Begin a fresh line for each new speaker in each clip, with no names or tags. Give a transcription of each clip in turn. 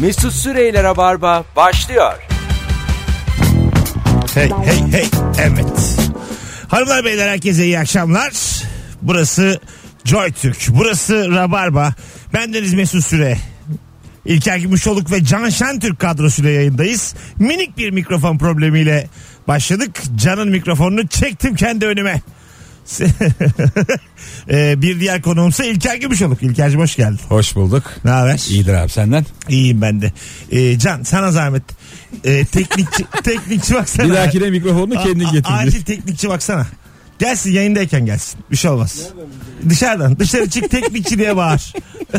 Mesut Süreyler'e barba başlıyor.
Hey hey hey evet. Hanımlar beyler herkese iyi akşamlar. Burası Joy Türk. Burası Rabarba. Ben Deniz Mesut Süre. İlker Gümüşoluk ve Can Şentürk kadrosuyla yayındayız. Minik bir mikrofon problemiyle başladık. Can'ın mikrofonunu çektim kendi önüme. Ee, bir diğer konuğumsa İlker Gümüşoluk. İlker'cim hoş geldin.
Hoş bulduk.
Ne haber?
İyidir abi senden.
İyiyim ben de. Ee, Can sana zahmet. Ee, teknikçi, teknikçi baksana.
Bir dahakine mikrofonunu kendin
A- a-
getir.
Acil teknikçi baksana. Gelsin yayındayken gelsin. Bir şey olmaz. Dışarıdan. Dışarı çık teknikçi diye bağır.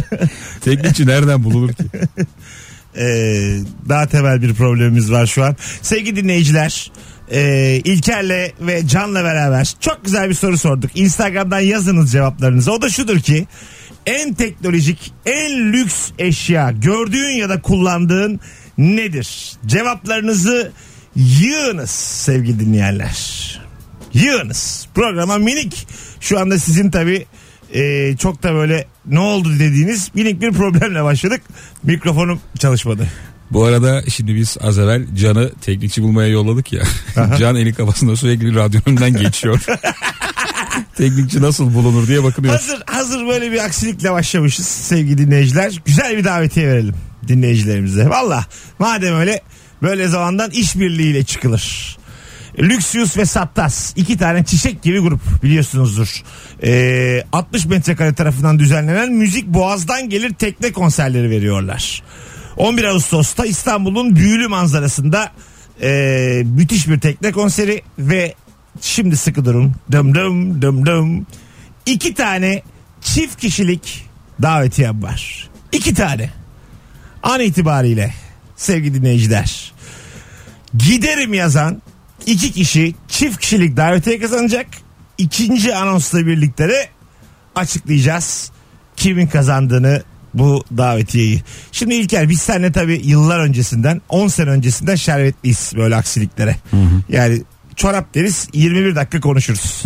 Teknikçi nereden bulunur ki?
Ee, daha temel bir problemimiz var şu an. Sevgili dinleyiciler. ee, İlker'le ve Can'la beraber çok güzel bir soru sorduk. Instagram'dan yazınız cevaplarınızı. O da şudur ki en teknolojik, en lüks eşya gördüğün ya da kullandığın nedir? Cevaplarınızı yığınız sevgili dinleyenler. Yığınız. Programa minik. Şu anda sizin tabi çok da böyle ne oldu dediğiniz minik bir problemle başladık. Mikrofonum çalışmadı.
Bu arada şimdi biz az evvel Can'ı teknikçi bulmaya yolladık ya. Can eli kafasında sürekli radyonundan geçiyor. teknikçi nasıl bulunur diye bakılıyor.
Hazır hazır böyle bir aksilikle başlamışız sevgili dinleyiciler. Güzel bir davetiye verelim dinleyicilerimize. Valla madem öyle böyle zamandan işbirliğiyle çıkılır. Lüksüs ve Saptas iki tane çiçek gibi grup biliyorsunuzdur. Ee, 60 metrekare tarafından düzenlenen müzik boğazdan gelir tekne konserleri veriyorlar. 11 Ağustos'ta İstanbul'un büyülü manzarasında ee, müthiş bir tekne konseri ve şimdi sıkı durun. Dım dım dım dım. İki tane çift kişilik davetiyem var. İki tane. An itibariyle sevgili dinleyiciler. Giderim yazan iki kişi çift kişilik davetiye kazanacak. İkinci anonsla birlikte de açıklayacağız kimin kazandığını bu davetiyeyi. Şimdi İlker biz seninle tabii yıllar öncesinden 10 sene öncesinden şerbetliyiz böyle aksiliklere. Yani çorap deriz 21 dakika konuşuruz.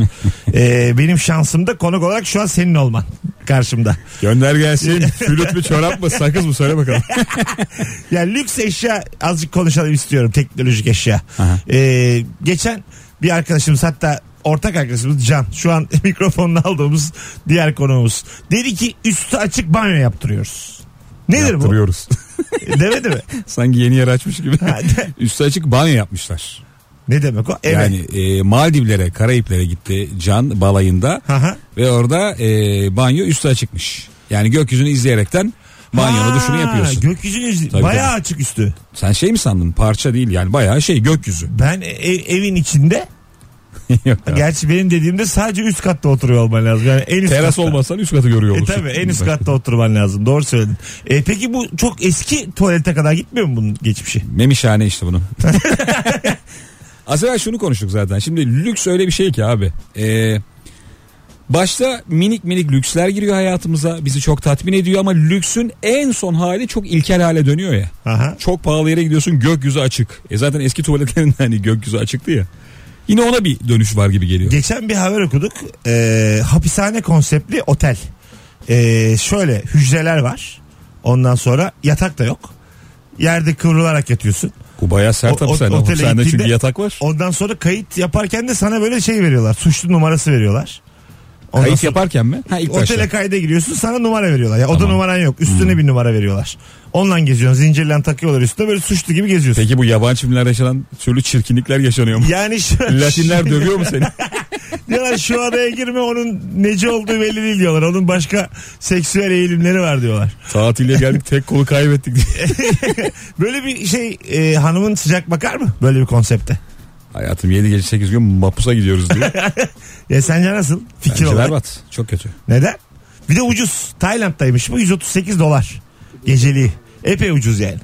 Ee, benim şansım da konuk olarak şu an senin olman karşımda.
Gönder gelsin. Flüt mü çorap mı sakız mı söyle bakalım.
Yani lüks eşya azıcık konuşalım istiyorum teknolojik eşya.
Aha.
Ee, geçen bir arkadaşımız hatta ortak arkadaşımız Can şu an mikrofonunu aldığımız diğer konuğumuz. Dedi ki üstü açık banyo yaptırıyoruz. Nedir bu?
Yaptırıyoruz.
Demedi mi?
Sanki yeni yer açmış gibi.
Ha, de-
Üstü açık banyo yapmışlar.
ne demek o? Evet.
Yani e, Maldivlere, Karayiplere gitti Can balayında.
Aha.
Ve orada e, banyo üstü açıkmış. Yani gökyüzünü izleyerekten banyonu da şunu
Ha,
yapıyorsun.
Gökyüzünü iz-
Tabii,
bayağı
tabii.
açık üstü.
Sen şey mi sandın? Parça değil yani bayağı şey gökyüzü.
Ben e- evin içinde
Yok ya.
gerçi benim dediğimde sadece üst katta oturuyor olman lazım. Yani en üst
Teras
katta.
olmasan üst katı görüyor
E
olursun.
tabii en üst katta oturman lazım. Doğru söyledin. E, peki bu çok eski tuvalete kadar gitmiyor mu bunun geçmişi?
Memişhane işte bunun. Az evvel şunu konuştuk zaten. Şimdi lüks öyle bir şey ki abi. Ee, başta minik minik lüksler giriyor hayatımıza. Bizi çok tatmin ediyor ama lüksün en son hali çok ilkel hale dönüyor ya.
Aha.
Çok pahalı yere gidiyorsun gökyüzü açık. E zaten eski tuvaletlerin hani gökyüzü açıktı ya. Yine ona bir dönüş var gibi geliyor.
Geçen bir haber okuduk. E, hapishane konseptli otel. E, şöyle hücreler var. Ondan sonra yatak da yok. Yerde kıvrılarak yatıyorsun.
Bu bayağı sert
O-
tabii
o-
sende.
otele
Sende çünkü
gittiğinde-
yatak var.
Ondan sonra kayıt yaparken de sana böyle şey veriyorlar. Suçlu numarası veriyorlar. Ondan
Kayıt
sonra-
yaparken mi? Ha ilk başta.
Otele kayda giriyorsun sana numara veriyorlar. Ya, Oda
Tamam. Hmm.
numaran yok. Üstüne bir numara veriyorlar. Onunla geziyorsun. Zincirle takıyorlar üstüne böyle suçlu gibi geziyorsun.
Peki bu yabancı filmlerde yaşanan türlü çirkinlikler yaşanıyor mu?
Yani şu,
Latinler dövüyor mu seni?
diyorlar şu adaya girme onun nece olduğu belli değil diyorlar. Onun başka seksüel eğilimleri var diyorlar.
Tatile geldik tek kolu kaybettik diye.
Böyle bir şey e, hanımın sıcak bakar mı? Böyle bir konsepte.
Hayatım 7 gece 8 gün mapusa gidiyoruz diyor.
Ya E, sence nasıl? Fikir
Bence
olarak.
berbat. Çok kötü.
Neden? Bir de ucuz. Tayland'daymış bu 138 dolar. Geceliği. Epey ucuz yani.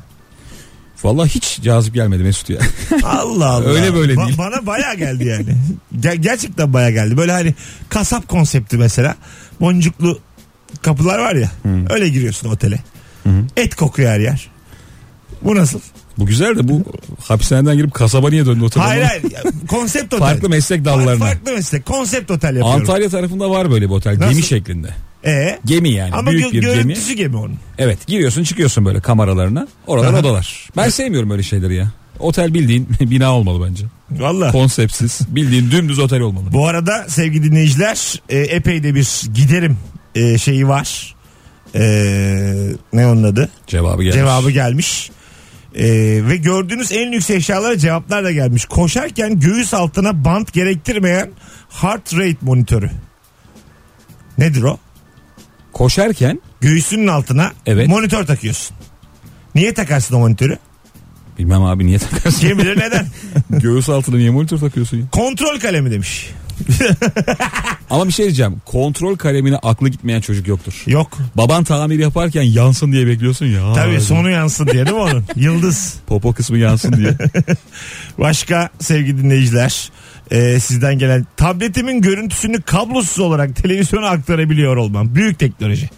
Vallahi hiç cazip gelmedi Mesut ya.
Allah Allah.
Öyle böyle değil.
Bana baya geldi yani. Ger- gerçekten baya geldi. Böyle hani kasap konsepti mesela. Boncuklu kapılar var ya. Öyle giriyorsun otele. Et kokuyor her yer. Bu nasıl?
Bu güzel de bu hapishaneden girip kasaba niye döndü otobüs?
Hayır hayır. Ya, Konsept otel.
Farklı meslek dallarına.
Farklı meslek. Konsept otel yapıyorum.
Antalya tarafında var böyle bir otel.
Nasıl?
Gemi şeklinde.
E
Gemi yani
ama
büyük
gö-
bir gemi.
görüntüsü gemi onun.
Evet giriyorsun çıkıyorsun böyle kameralarına. Oralar
Aha.
odalar. Ben sevmiyorum öyle şeyleri ya. Otel bildiğin bina olmalı bence.
Valla.
Konseptsiz. Bildiğin dümdüz otel olmalı.
Bu arada sevgili dinleyiciler e, epey de bir giderim e, şeyi var. E, ne onun adı?
Cevabı gelmiş.
Cevabı gelmiş. E, ve gördüğünüz en lüks eşyalara cevaplar da gelmiş. Koşarken göğüs altına bant gerektirmeyen heart rate monitörü. Nedir o?
Koşarken
Göğsünün altına
Evet.
monitör takıyorsun. Niye takarsın o monitörü?
bilmem abi niye takarsın?
Kim bilir neden?
Göğüs altına niye monitör takıyorsun ya?
Kontrol kalemi demiş.
Ama bir şey diyeceğim. Kontrol kalemine aklı gitmeyen çocuk yoktur.
Yok.
Baban tamir yaparken yansın diye bekliyorsun ya.
Tabii
Ay,
sonu yansın diye değil mi onun? Yıldız.
Popo kısmı yansın diye.
Başka sevgili dinleyiciler e, sizden gelen tabletimin görüntüsünü kablosuz olarak televizyona aktarabiliyor olmam. Büyük teknoloji.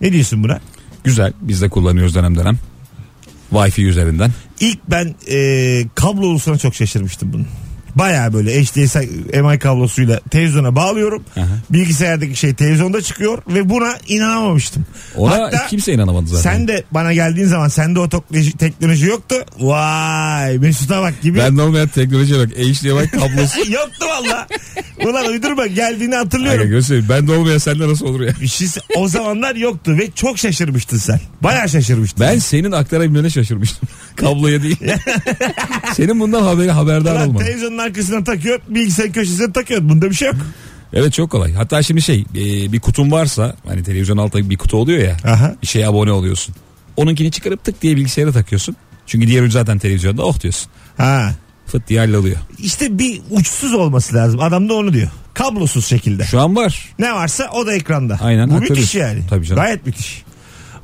Ne diyorsun buna?
Güzel. Biz de kullanıyoruz dönem dönem. Wi-Fi üzerinden.
İlk ben e, kablo olusuna çok şaşırmıştım bunun. Baya böyle HDMI kablosuyla televizyona bağlıyorum.
Aha.
Bilgisayardaki şey televizyonda çıkıyor ve buna inanamamıştım.
Ona
Hatta
kimse inanamadı zaten.
sen de bana geldiğin zaman sende o teknoloji, teknoloji yoktu. Vay Mesut'a bak gibi.
Ben de olmayan teknolojiye bak. HDMI kablosu.
Yoktu valla. Ulan uydurma geldiğini
Aga
hatırlıyorum.
göstereyim. Ben de olmayan sende nasıl olur ya?
Bir şey- o zamanlar yoktu ve çok şaşırmıştın sen. Baya şaşırmıştın.
Ben senin aktarabilmene şaşırmıştım. Kabloya değil. senin bundan haberi haberdar
Ulan
olmadı.
televizyonun arkasına takıyor, bilgisayar köşesine takıyor. Bunda bir şey yok.
Evet çok kolay. Hatta şimdi şey e, bir kutun varsa hani televizyon altında bir kutu oluyor ya.
Aha.
Bir şeye abone oluyorsun. Onunkini çıkarıp tık diye bilgisayara takıyorsun. Çünkü diğer ucu zaten televizyonda oh diyorsun.
Ha.
Fıt diye halloluyor.
İşte bir uçsuz olması lazım. Adam da onu diyor. Kablosuz şekilde.
Şu an var.
Ne varsa o da ekranda.
Aynen,
Bu
haklı
müthiş
diyorsun.
yani.
Tabii canım.
Gayet müthiş.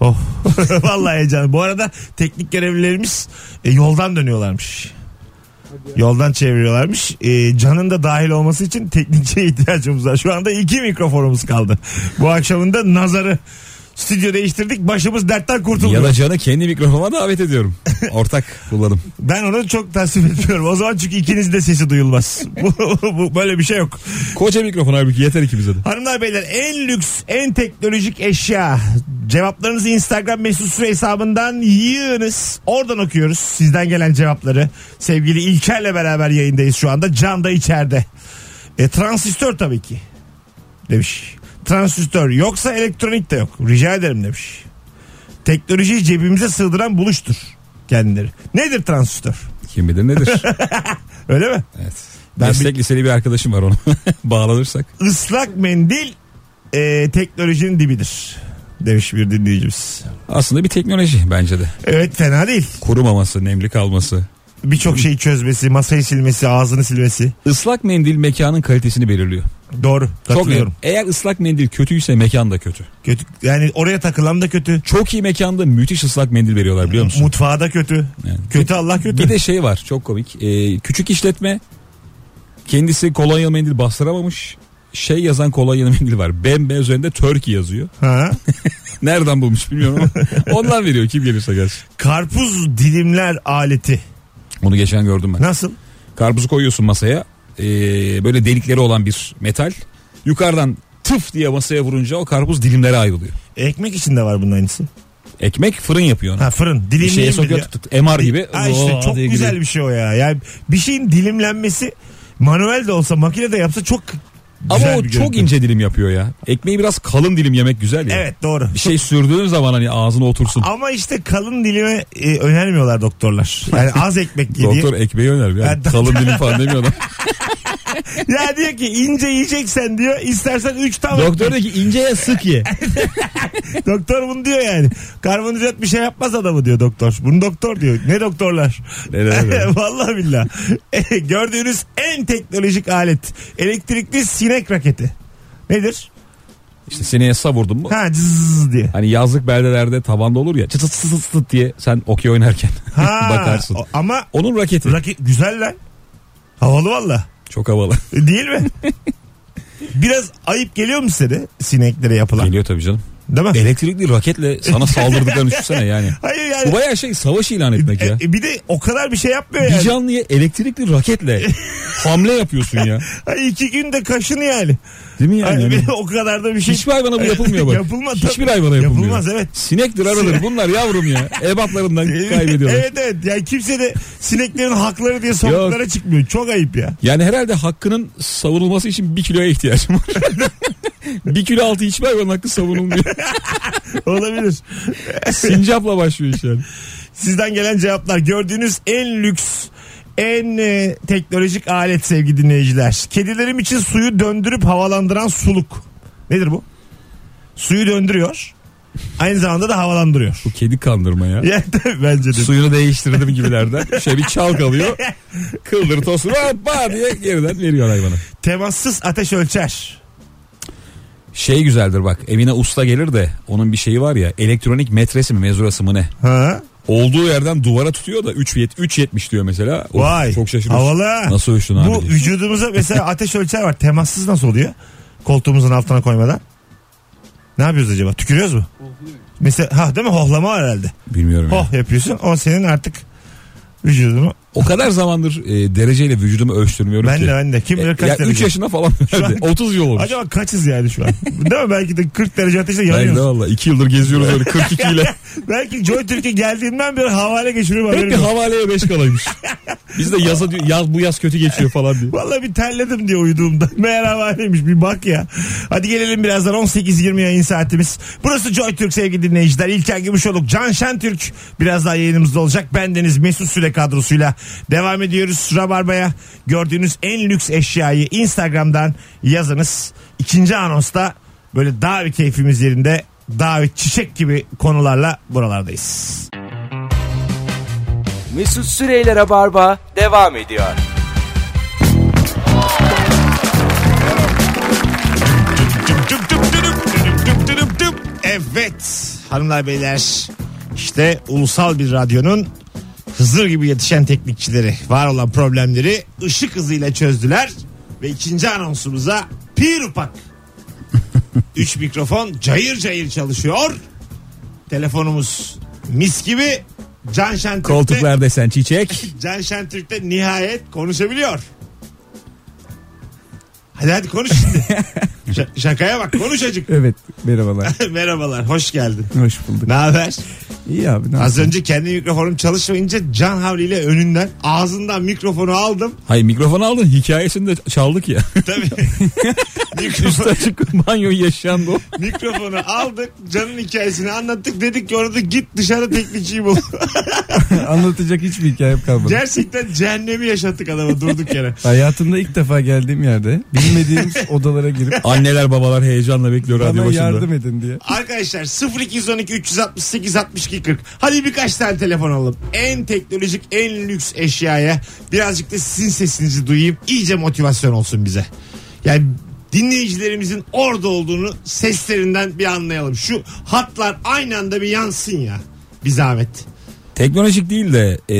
Oh. Vallahi heyecan. Bu arada teknik görevlilerimiz e, yoldan dönüyorlarmış. Yoldan çeviriyorlarmış. E, canın da dahil olması için teknikçiye ihtiyacımız var. Şu anda iki mikrofonumuz kaldı. Bu akşamında nazarı stüdyo değiştirdik. Başımız dertten kurtuldu.
Ya da canı kendi mikrofonuma davet ediyorum. Ortak kullanım.
Ben onu çok tasvip etmiyorum. O zaman çünkü ikinizin de sesi duyulmaz. bu, bu, böyle bir şey yok.
Koca mikrofon halbuki yeter ikimize de.
Hanımlar beyler en lüks en teknolojik eşya cevaplarınızı Instagram mesut süre hesabından yığınız oradan okuyoruz sizden gelen cevapları sevgili İlker'le beraber yayındayız şu anda Can da içeride e, transistör tabii ki demiş transistör yoksa elektronik de yok rica ederim demiş teknolojiyi cebimize sığdıran buluştur kendileri nedir transistör
Kim bilir nedir?
öyle mi
Evet.
Ben
Meslek liseli bir arkadaşım var ona. Bağlanırsak.
ıslak mendil e, teknolojinin dibidir demiş bir dinleyicimiz.
Aslında bir teknoloji bence de.
Evet fena değil.
Kurumaması, nemli kalması.
Birçok şeyi çözmesi, masayı silmesi, ağzını silmesi.
Islak mendil mekanın kalitesini belirliyor.
Doğru.
Çok net.
Katılıyorum.
Eğer ıslak mendil kötüyse mekan da kötü.
Kötü. Yani oraya takılan da kötü.
Çok iyi mekanda müthiş ıslak mendil veriyorlar biliyor musun?
Mutfağı da kötü.
Yani.
Kötü Allah kötü.
Bir de şey var çok komik. Ee, küçük işletme kendisi kolonya mendil bastıramamış. Şey yazan kolonya mendil var. Bembe üzerinde Turkey yazıyor.
Ha.
Nereden bulmuş bilmiyorum ama ondan veriyor kim gelirse gelsin.
Karpuz dilimler aleti.
Onu geçen gördüm ben.
Nasıl?
Karpuzu koyuyorsun masaya. Ee, böyle delikleri olan bir metal. Yukarıdan tıf diye masaya vurunca o karpuz dilimlere ayrılıyor.
Ekmek içinde var bunun aynısı.
Ekmek fırın yapıyor onu.
Ha fırın.
bir
Dilimli
şeye sokuyor tık tık MR gibi.
Ha işte
Oo,
çok
diye
güzel
gidiyor.
bir şey o ya. Yani bir şeyin dilimlenmesi manuel de olsa makine de yapsa çok
Ama
güzel
o
bir
çok
görüntü.
ince dilim yapıyor ya. Ekmeği biraz kalın dilim yemek güzel ya.
Evet doğru.
Bir şey sürdüğün zaman hani ağzına otursun.
Ama işte kalın dilime e, önermiyorlar doktorlar. Yani az ekmek ye diye.
Doktor ekmeği öner. Yani
Ben-
kalın dilim falan demiyor adam.
Ya diyor ki ince yiyeceksen diyor istersen 3 tam
Doktor
ekmek.
diyor ki inceye sık ye.
Doktor bunu diyor yani. Karbonhidrat bir şey yapmaz adamı diyor doktor. Bunu doktor diyor. Ne doktorlar?
Neler neler.
Vallahi billah. E, Gördüğünüz en teknolojik alet. Elektrikli sinek raketi. Nedir?
İşte sineye savurdun mu?
Ha cız diye.
Hani yazlık beldelerde tavanda olur ya çıt çıt çıt çıt çıt diye sen okey oynarken
Ha,
bakarsın.
o- ama
Onun raketi
raket güzel lan. Havalı valla.
çok havalı.
E, Değil mi? Biraz ayıp geliyor mu size de sineklere yapılan?
Geliyor tabii canım.
Değil mi?
Elektrikli raketle sana saldırdıklarını düşünsene yani.
Hayır
Bu
yani.
bayağı şey savaş ilan etmek ya.
E, e, bir de o kadar bir şey yapmıyor
Bir
yani.
canlıya elektrikli raketle hamle yapıyorsun ya.
Ay, iki günde kaşını yani.
Değil mi
Ay,
yani?
bir
Hani
de o kadar da bir şey.
hiçbir hayvana bu yapılmıyor bak.
Yapılmaz tabii.
Hiçbir hayvana yapılmıyor.
Yapılmaz, evet.
Sinektir arıdır bunlar yavrum ya. Ebatlarından kaybediyorlar.
evet evet. Yani kimse de sineklerin hakları diye sokaklara çıkmıyor. Çok ayıp ya.
Yani herhalde hakkının savunulması için bir kiloya ihtiyacım var. bir kilo altı hiçbir hayvanın hakkı savunulmuyor.
Olabilir.
Sincapla başlıyor iş yani.
Sizden gelen cevaplar. Gördüğünüz en lüks en e, teknolojik alet sevgili dinleyiciler. Kedilerim için suyu döndürüp havalandıran suluk. Nedir bu? Suyu döndürüyor. Aynı zamanda da havalandırıyor.
Bu kedi kandırma ya.
Ya, bence de.
Suyunu değiştirdim gibilerden. Şöyle bir çalkalıyor. Kıldır tosunu hoppa diye geriden veriyor hayvana.
Temassız ateş ölçer.
Şey güzeldir bak evine usta gelir de onun bir şeyi var ya elektronik metresi mi mezurası mı ne?
Ha?
Olduğu yerden duvara tutuyor da 3 yet 3.70 diyor mesela. Of,
Vay.
Çok şaşırıyorsun.
Havalı. ha.
Nasıl ölçtün abi?
Bu vücudumuza mesela ateş ölçer var. Temassız nasıl oluyor? Koltuğumuzun altına koymadan. Ne yapıyoruz acaba? Tükürüyoruz mu? Mesela ha değil mi? Hohlama var herhalde.
Bilmiyorum. ya.
Oh yapıyorsun. O senin artık vücudunu.
O kadar zamandır e, dereceyle vücudumu ölçtürmüyorum
Ben
ki.
de ben de. Kim
E,
bilir kaç
ya 3
derece.
yaşında falan
an-
herhalde. 30 yıl olmuş.
Acaba kaçız yani şu an? Değil mi? Belki de 40 derece ateşle
Ben de
yanıyoruz.
valla 2 yıldır geziyoruz öyle 42 ile.
Belki Joy Türkiye geldiğinden beri havale geçiriyorum
Hep
haberim
bir
yok.
havaleye 5 kalaymış. Biz de yaza diyor, yaz, bu yaz kötü geçiyor falan diye.
Vallahi bir terledim diye uyuduğumda. Meğer havaleymiş bir bak ya. Hadi gelelim birazdan 18-20 yayın saatimiz. Burası Joy Türk sevgili dinleyiciler. İlker Gümüşoluk, Can Şentürk biraz daha yayınımızda olacak. Bendeniz Mesut Süre kadrosuyla devam ediyoruz. Rabarba'ya gördüğünüz en lüks eşyayı Instagram'dan yazınız. İkinci anonsta böyle davet keyfimiz yerinde davet çiçek gibi konularla buralardayız.
Mesut Süreyler'e barba devam ediyor.
Tüp tüp tüdüp, tüdüp tüp tüdüp tüp. Evet hanımlar beyler işte ulusal bir radyonun Hızır gibi yetişen teknikçileri var olan problemleri ışık hızıyla çözdüler ve ikinci anonsumuza pir upak. Üç mikrofon cayır cayır çalışıyor. Telefonumuz mis gibi. Can Şentürk'te,
Koltuklar desen çiçek.
Can Şentürk'te nihayet konuşabiliyor. Hadi hadi konuş şimdi. Ş- şakaya bak konuş acık.
Evet merhabalar.
Merhabalar, hoş geldin.
Hoş bulduk.
Ne haber?
İyi abi. Ne
Az
yapayım?
önce kendi mikrofonum çalışmayınca can havliyle önünden ağzından mikrofonu aldım.
Hayır mikrofonu aldın hikayesini de çaldık ya.
Tabii. Mikrofon-
Üstü açık banyo yaşandı o.
mikrofonu aldık. Canın hikayesini anlattık. Dedik ki orada git dışarı teknikçiyi bul.
Anlatacak hiçbir hikayem kalmadı.
Gerçekten cehennemi yaşattık adama durduk yere.
Hayatımda ilk defa geldiğim yerde bilmediğim odalara girip
Anneler babalar heyecanla bekliyor radyo
bana
başında.
yardım edin diye.
Arkadaşlar 0212 368 62 40. Hadi birkaç tane telefon alalım. En teknolojik, en lüks eşyaya birazcık da sizin sesinizi duyayım. İyice motivasyon olsun bize. Yani dinleyicilerimizin orada olduğunu seslerinden bir anlayalım. Şu hatlar aynı anda bir yansın ya. Bir zahmet.
Teknolojik değil de e,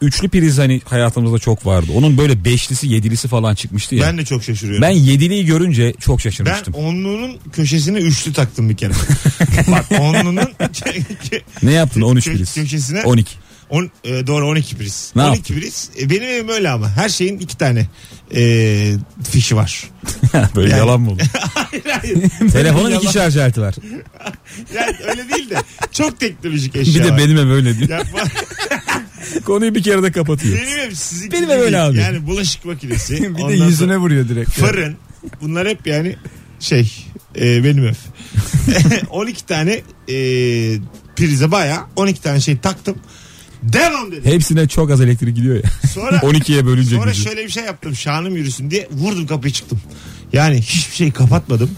üçlü priz hani hayatımızda çok vardı. Onun böyle beşlisi yedilisi falan çıkmıştı ya. Ben,
Ben de çok şaşırıyorum.
yediliyi görünce çok
Ben
şaşırmıştım.
onluğunun köşesine üçlü taktım bir kere. Bak onluğunun
Ne yaptın 13
Kö-
priz?
köşesine-
12.
On, e, doğru 12 priz.
Ne
12
yaptın?
priz. E, benim evim öyle ama. Her şeyin iki tane e, fişi var.
böyle
Yani-
yalan mı oldu?
hayır hayır.
Telefonun iki şarj aleti var.
Yani öyle değil de. Çok teknolojik eşya
Bir de
var.
benim ev öyle diyor.
Ya,
Şey Konuyu bir kere de kapatıyor.
benim ev sizin
Benim ev öyle abi.
Yani bulaşık makinesi.
bir
ondan
de
sonra
yüzüne vuruyor direkt.
Fırın. Bunlar hep yani şey e, benim ev. 12 tane e, prize baya 12 tane şey taktım. Devam dedim.
Hepsine çok az elektrik gidiyor ya.
Sonra
12'ye bölünce
Sonra
gücü.
şöyle bir şey yaptım şanım yürüsün diye vurdum kapıyı çıktım. Yani hiçbir şey kapatmadım.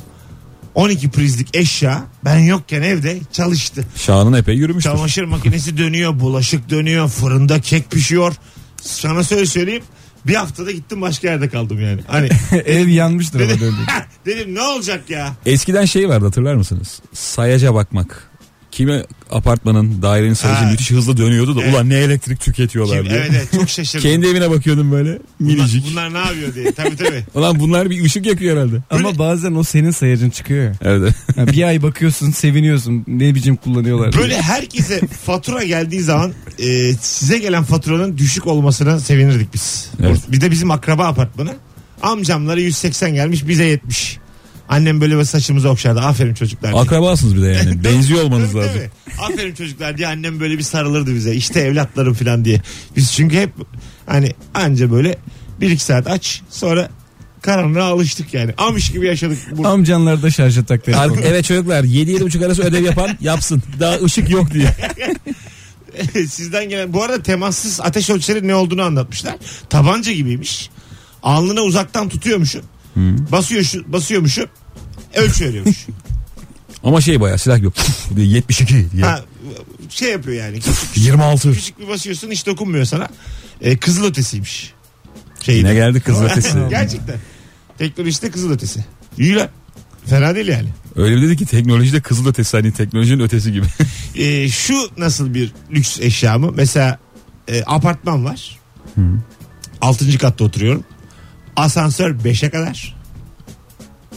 12 prizlik eşya ben yokken evde çalıştı.
Şahan'ın epey yürümüştür.
Çamaşır makinesi dönüyor, bulaşık dönüyor, fırında kek pişiyor. Sana söyle söyleyeyim bir haftada gittim başka yerde kaldım yani. Hani
Ev yanmıştır ama döndü.
dedim ne olacak ya?
Eskiden şey vardı hatırlar mısınız? Sayaca bakmak. Kimi apartmanın dairenin sarıcı
Ha.
müthiş hızlı dönüyordu da
Evet.
ulan ne elektrik tüketiyorlar
Kim?
diye.
Evet evet çok şaşırdım.
Kendi evine bakıyordum böyle minicik.
Bunlar, bunlar ne yapıyor diye. Tabii tabii.
Ulan bunlar bir ışık yakıyor herhalde.
Ama bazen o senin sayacın çıkıyor ya.
Evet.
Ya bir ay bakıyorsun seviniyorsun ne biçim kullanıyorlar. diye.
Böyle herkese fatura geldiği zaman e, size gelen faturanın düşük olmasına sevinirdik biz.
Evet.
Bir de bizim akraba apartmanı. Amcamlara 180 gelmiş bize 70. Annem böyle böyle saçımızı okşardı. Aferin çocuklar. diye.
Akrabasınız bir de yani. Benziyor olmanız
Tabii,
lazım.
tabii. Aferin çocuklar diye annem böyle bir sarılırdı bize. İşte evlatlarım falan diye. Biz çünkü hep hani anca böyle bir iki saat aç sonra karanlığa alıştık yani. Amış gibi yaşadık. Bu-
Amcanlar da şarja tak telefonu.
Ar- evet çocuklar 7-7.30 arası ödev yapan yapsın. Daha ışık yok diye.
Sizden gelen bu arada temassız ateş ölçeri ne olduğunu anlatmışlar. Tabanca gibiymiş. Alnına uzaktan tutuyormuşum. Basıyor şu, basıyormuşum. Ölçü veriyormuş.
Ama şey bayağı silah yok. 72 diye.
ha, şey yapıyor yani. Küçük,
26.
küçük bir basıyorsun hiç dokunmuyor sana. Ee, kızıl ötesiymiş. Şeyi
Yine geldi kız ötesi.
Gerçekten. Teknolojide kızıl ötesi. İyi lan. Fena değil yani.
Öyle bir dedi ki teknolojide kızıl ötesi hani teknolojinin ötesi gibi.
Ee, şu nasıl bir lüks eşya mı? Mesela e, apartman var. Altıncı katta oturuyorum. Asansör beşe kadar.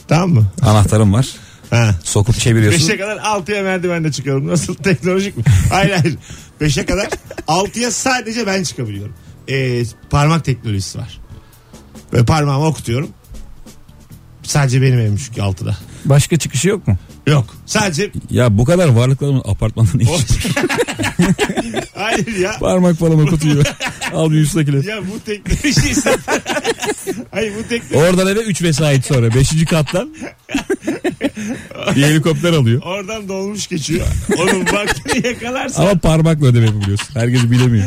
Tamam mı?
Anahtarım var.
Ha.
Sokup çeviriyorsun.
Beşe kadar altıya merdivenle çıkıyorum. Nasıl teknolojik mi? Hayır hayır. Beşe kadar altıya sadece ben çıkabiliyorum. Ee, parmak teknolojisi var. Ve parmağımı okutuyorum. Sadece benim evim çünkü altıda.
Başka çıkışı yok mu?
Yok. Sadece
Ya bu kadar varlıkların apartmandan ne işi?
Hayır ya.
Parmak falan okutuyor. Al bir üsttekiler.
Ya bu teknoloji zaten- Hayır bu teknoloji.
Oradan eve 3 vesait sonra. 5. kattan bir helikopter alıyor.
Oradan dolmuş geçiyor. Onun vaktini yakalarsa
Ama parmakla ödeme yapabiliyorsun. Herkes bilemiyor.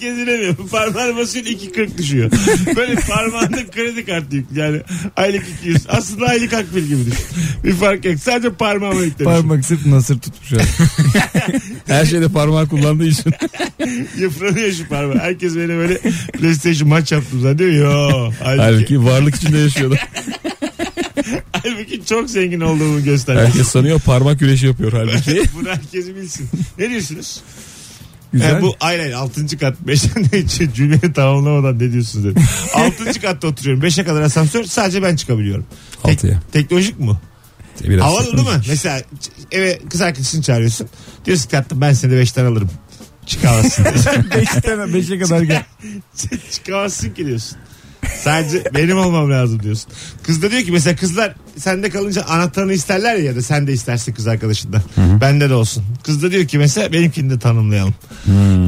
gezilemiyor. Parmağını basıyorsun 2.40 düşüyor. Böyle parmağında kredi kartı yüklü. Yani aylık 200. Aslında aylık akbil gibi düşün. Bir fark yok. Sadece parmağımı yüklemişim.
Parmak sırf nasır tutmuş. abi.
Her şeyde parmak kullandığı için.
Yıpranıyor şu parmağı. Herkes beni böyle PlayStation maç yaptım zannediyor. Yo. Halbuki,
Halbuki varlık içinde yaşıyordu.
halbuki çok zengin olduğumu göstermiş.
Herkes sanıyor parmak güreşi yapıyor halbuki.
Bunu herkes bilsin. Ne diyorsunuz?
Güzel.
Yani bu aynen 6. kat 5. cümleyi tamamlamadan ne diyorsunuz dedim. 6. katta oturuyorum. 5'e kadar asansör sadece ben çıkabiliyorum. Tek-
Altıya.
teknolojik mi? bu?
E, Biraz
Havalı değil mi? Mesela ç- eve kız arkadaşını çağırıyorsun. Diyorsun ki tatlım ben seni de 5 tane alırım. Çıkamazsın.
Beşten beşe kadar gel.
Çık- Çıkamazsın ki diyorsun. Sadece benim olmam lazım diyorsun. Kız da diyor ki mesela kızlar sende kalınca anahtarını isterler ya ya da sen de istersin kız arkadaşından. Bende de olsun. Kız da diyor ki mesela benimkini de tanımlayalım.